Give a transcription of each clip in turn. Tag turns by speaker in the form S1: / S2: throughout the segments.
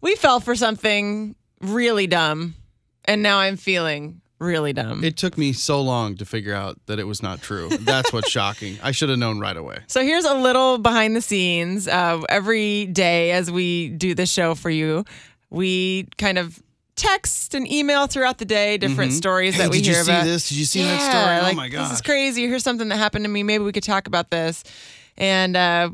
S1: we fell for something really dumb, and now I'm feeling really dumb.
S2: It took me so long to figure out that it was not true. That's what's shocking. I should have known right away.
S1: So here's a little behind the scenes. Uh, every day, as we do the show for you, we kind of text and email throughout the day different stories
S2: Mm-hmm. Hey,
S1: that we
S2: did
S1: hear
S2: you see
S1: about.
S2: this? Did you see
S1: yeah,
S2: that story?
S1: Like,
S2: oh my
S1: this
S2: gosh.
S1: is crazy. Here's something that happened to me. Maybe we could talk about this. And uh,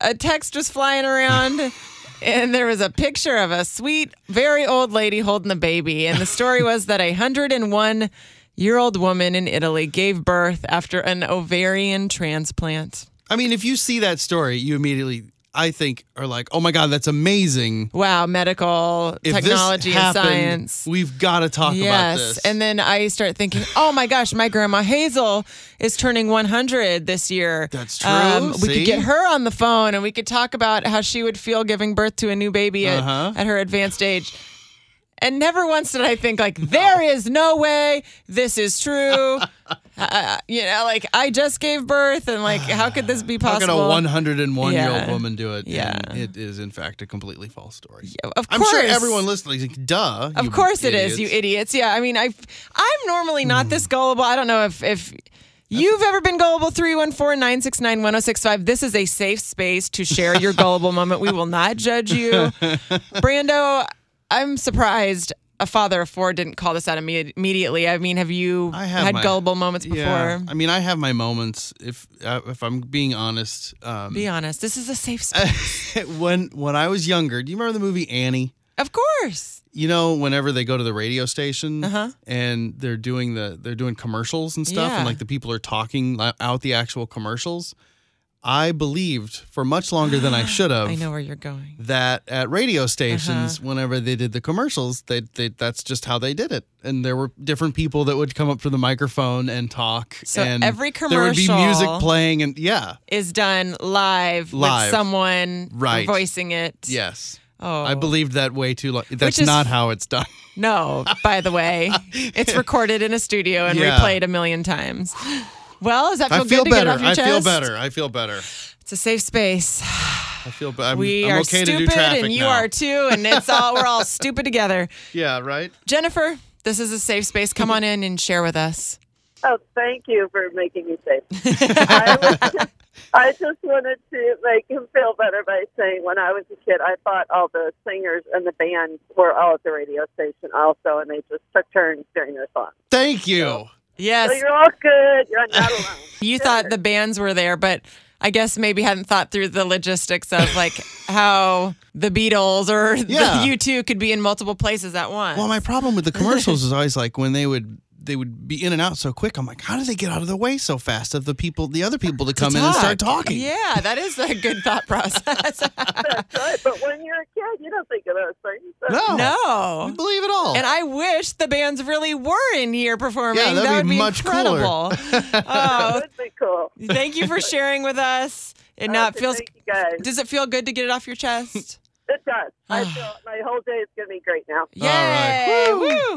S1: a text was flying around. And there was a picture of a sweet, very old lady holding the baby. And the story was that a 101 year old woman in Italy gave birth after an ovarian transplant.
S2: I mean, if you see that story, you immediately, I think, are like, oh my God, that's amazing.
S1: Wow, medical
S2: If this
S1: technology and
S2: happened,
S1: science.
S2: We've got to talk about
S1: Yes.
S2: this.
S1: And then I start thinking, oh my gosh, my grandma Hazel is turning 100 this year. Um,
S2: That's true.
S1: we could
S2: See?
S1: get her on the phone and we could talk about how she would feel giving birth to a new baby at,
S2: Uh-huh.
S1: at her advanced age. And never once did I think like there is no way this is true. uh, you know, like I just gave birth and like how could this be
S2: how
S1: possible?
S2: can a 101 year old
S1: Yeah.
S2: woman do it?
S1: Yeah.
S2: And it is, in fact, a completely false story.
S1: of
S2: I'm sure
S1: course.
S2: everyone listening is like, duh.
S1: Of
S2: you
S1: course it is, you
S2: idiots. Hmm.
S1: idiots. Yeah, I mean, I I'm normally not this gullible. I don't know if if you've ever been gullible 314-969-1065. This is a safe space to share your gullible moment. We will not judge you. Brando, I'm surprised a father of four didn't call this out imme- immediately. I mean, have you
S2: I have
S1: had
S2: my-
S1: gullible moments before?
S2: Yeah. I mean, I have my moments. If uh, if I'm being honest, um,
S1: Be honest. This is a safe space.
S2: when when I was younger, do you remember the movie Annie?
S1: of course.
S2: You know, whenever they go to the radio station
S1: Uh-huh.
S2: and they're doing the they're doing commercials and stuff,
S1: Yeah.
S2: and like the people are talking li- out the actual commercials. I believed for much longer than I should have.
S1: I know Uh-huh. where you're going.
S2: that at radio stations whenever they did the commercials they, they that's just how they did it and there were different people that would come up to the microphone and talk
S1: So
S2: and
S1: every
S2: there would be music
S1: commercial-
S2: playing and yeah
S1: Is done live,
S2: Live.
S1: with someone
S2: Right.
S1: voicing it.
S2: yes
S1: Oh.
S2: i believed that way too long that's
S1: is-
S2: not how it's done
S1: No, by the way, it's recorded in a studio and
S2: Yeah.
S1: replayed a million times. Well, does that feel,
S2: i
S1: good
S2: feel
S1: to
S2: better
S1: get off your
S2: i
S1: chest?
S2: feel better i feel better
S1: It's a safe space.
S2: i feel better i'm,
S1: We
S2: I'm
S1: are
S2: okay to do
S1: stupid,
S2: traffic
S1: and you
S2: now.
S1: are too, and it's all we're all stupid together.
S2: yeah right
S1: Jennifer, this is a safe space. Come on in and share with us.
S3: Oh, thank you for making me safe. I, was just, I just wanted to make him feel better by saying when I was a kid, I thought all the singers and the band were all at the radio station also, and they just took turns during their songs.
S2: thank you
S3: So
S1: Yes,
S3: you're all good. You're not alone.
S1: you thought the bands were there, but I guess maybe hadn't thought through the logistics of like how the Beatles or
S2: Yeah.
S1: the U2 could be in multiple places at once.
S2: well my problem with the commercials is always like when they would they would be in and out so quick. I'm like, how do they get out of the way so fast of the people, the other people to come in and start talking?
S1: Yeah, that is a good thought process.
S3: That's right. But when you're a kid, you don't think of those things.
S2: No.
S1: no.
S2: We believe it all.
S1: And I wish the bands really were in here performing.
S2: Yeah, that'd
S1: that would
S2: be
S1: be
S2: much
S1: incredible.
S3: That
S1: oh,
S3: would be cool.
S1: thank you for sharing with us. It not
S3: Okay,
S1: feels.
S3: Thank you guys.
S1: Does it feel good to get it off your chest?
S3: It does. I feel my whole day is going to be great now.
S1: Yay!
S2: right.
S1: Woo.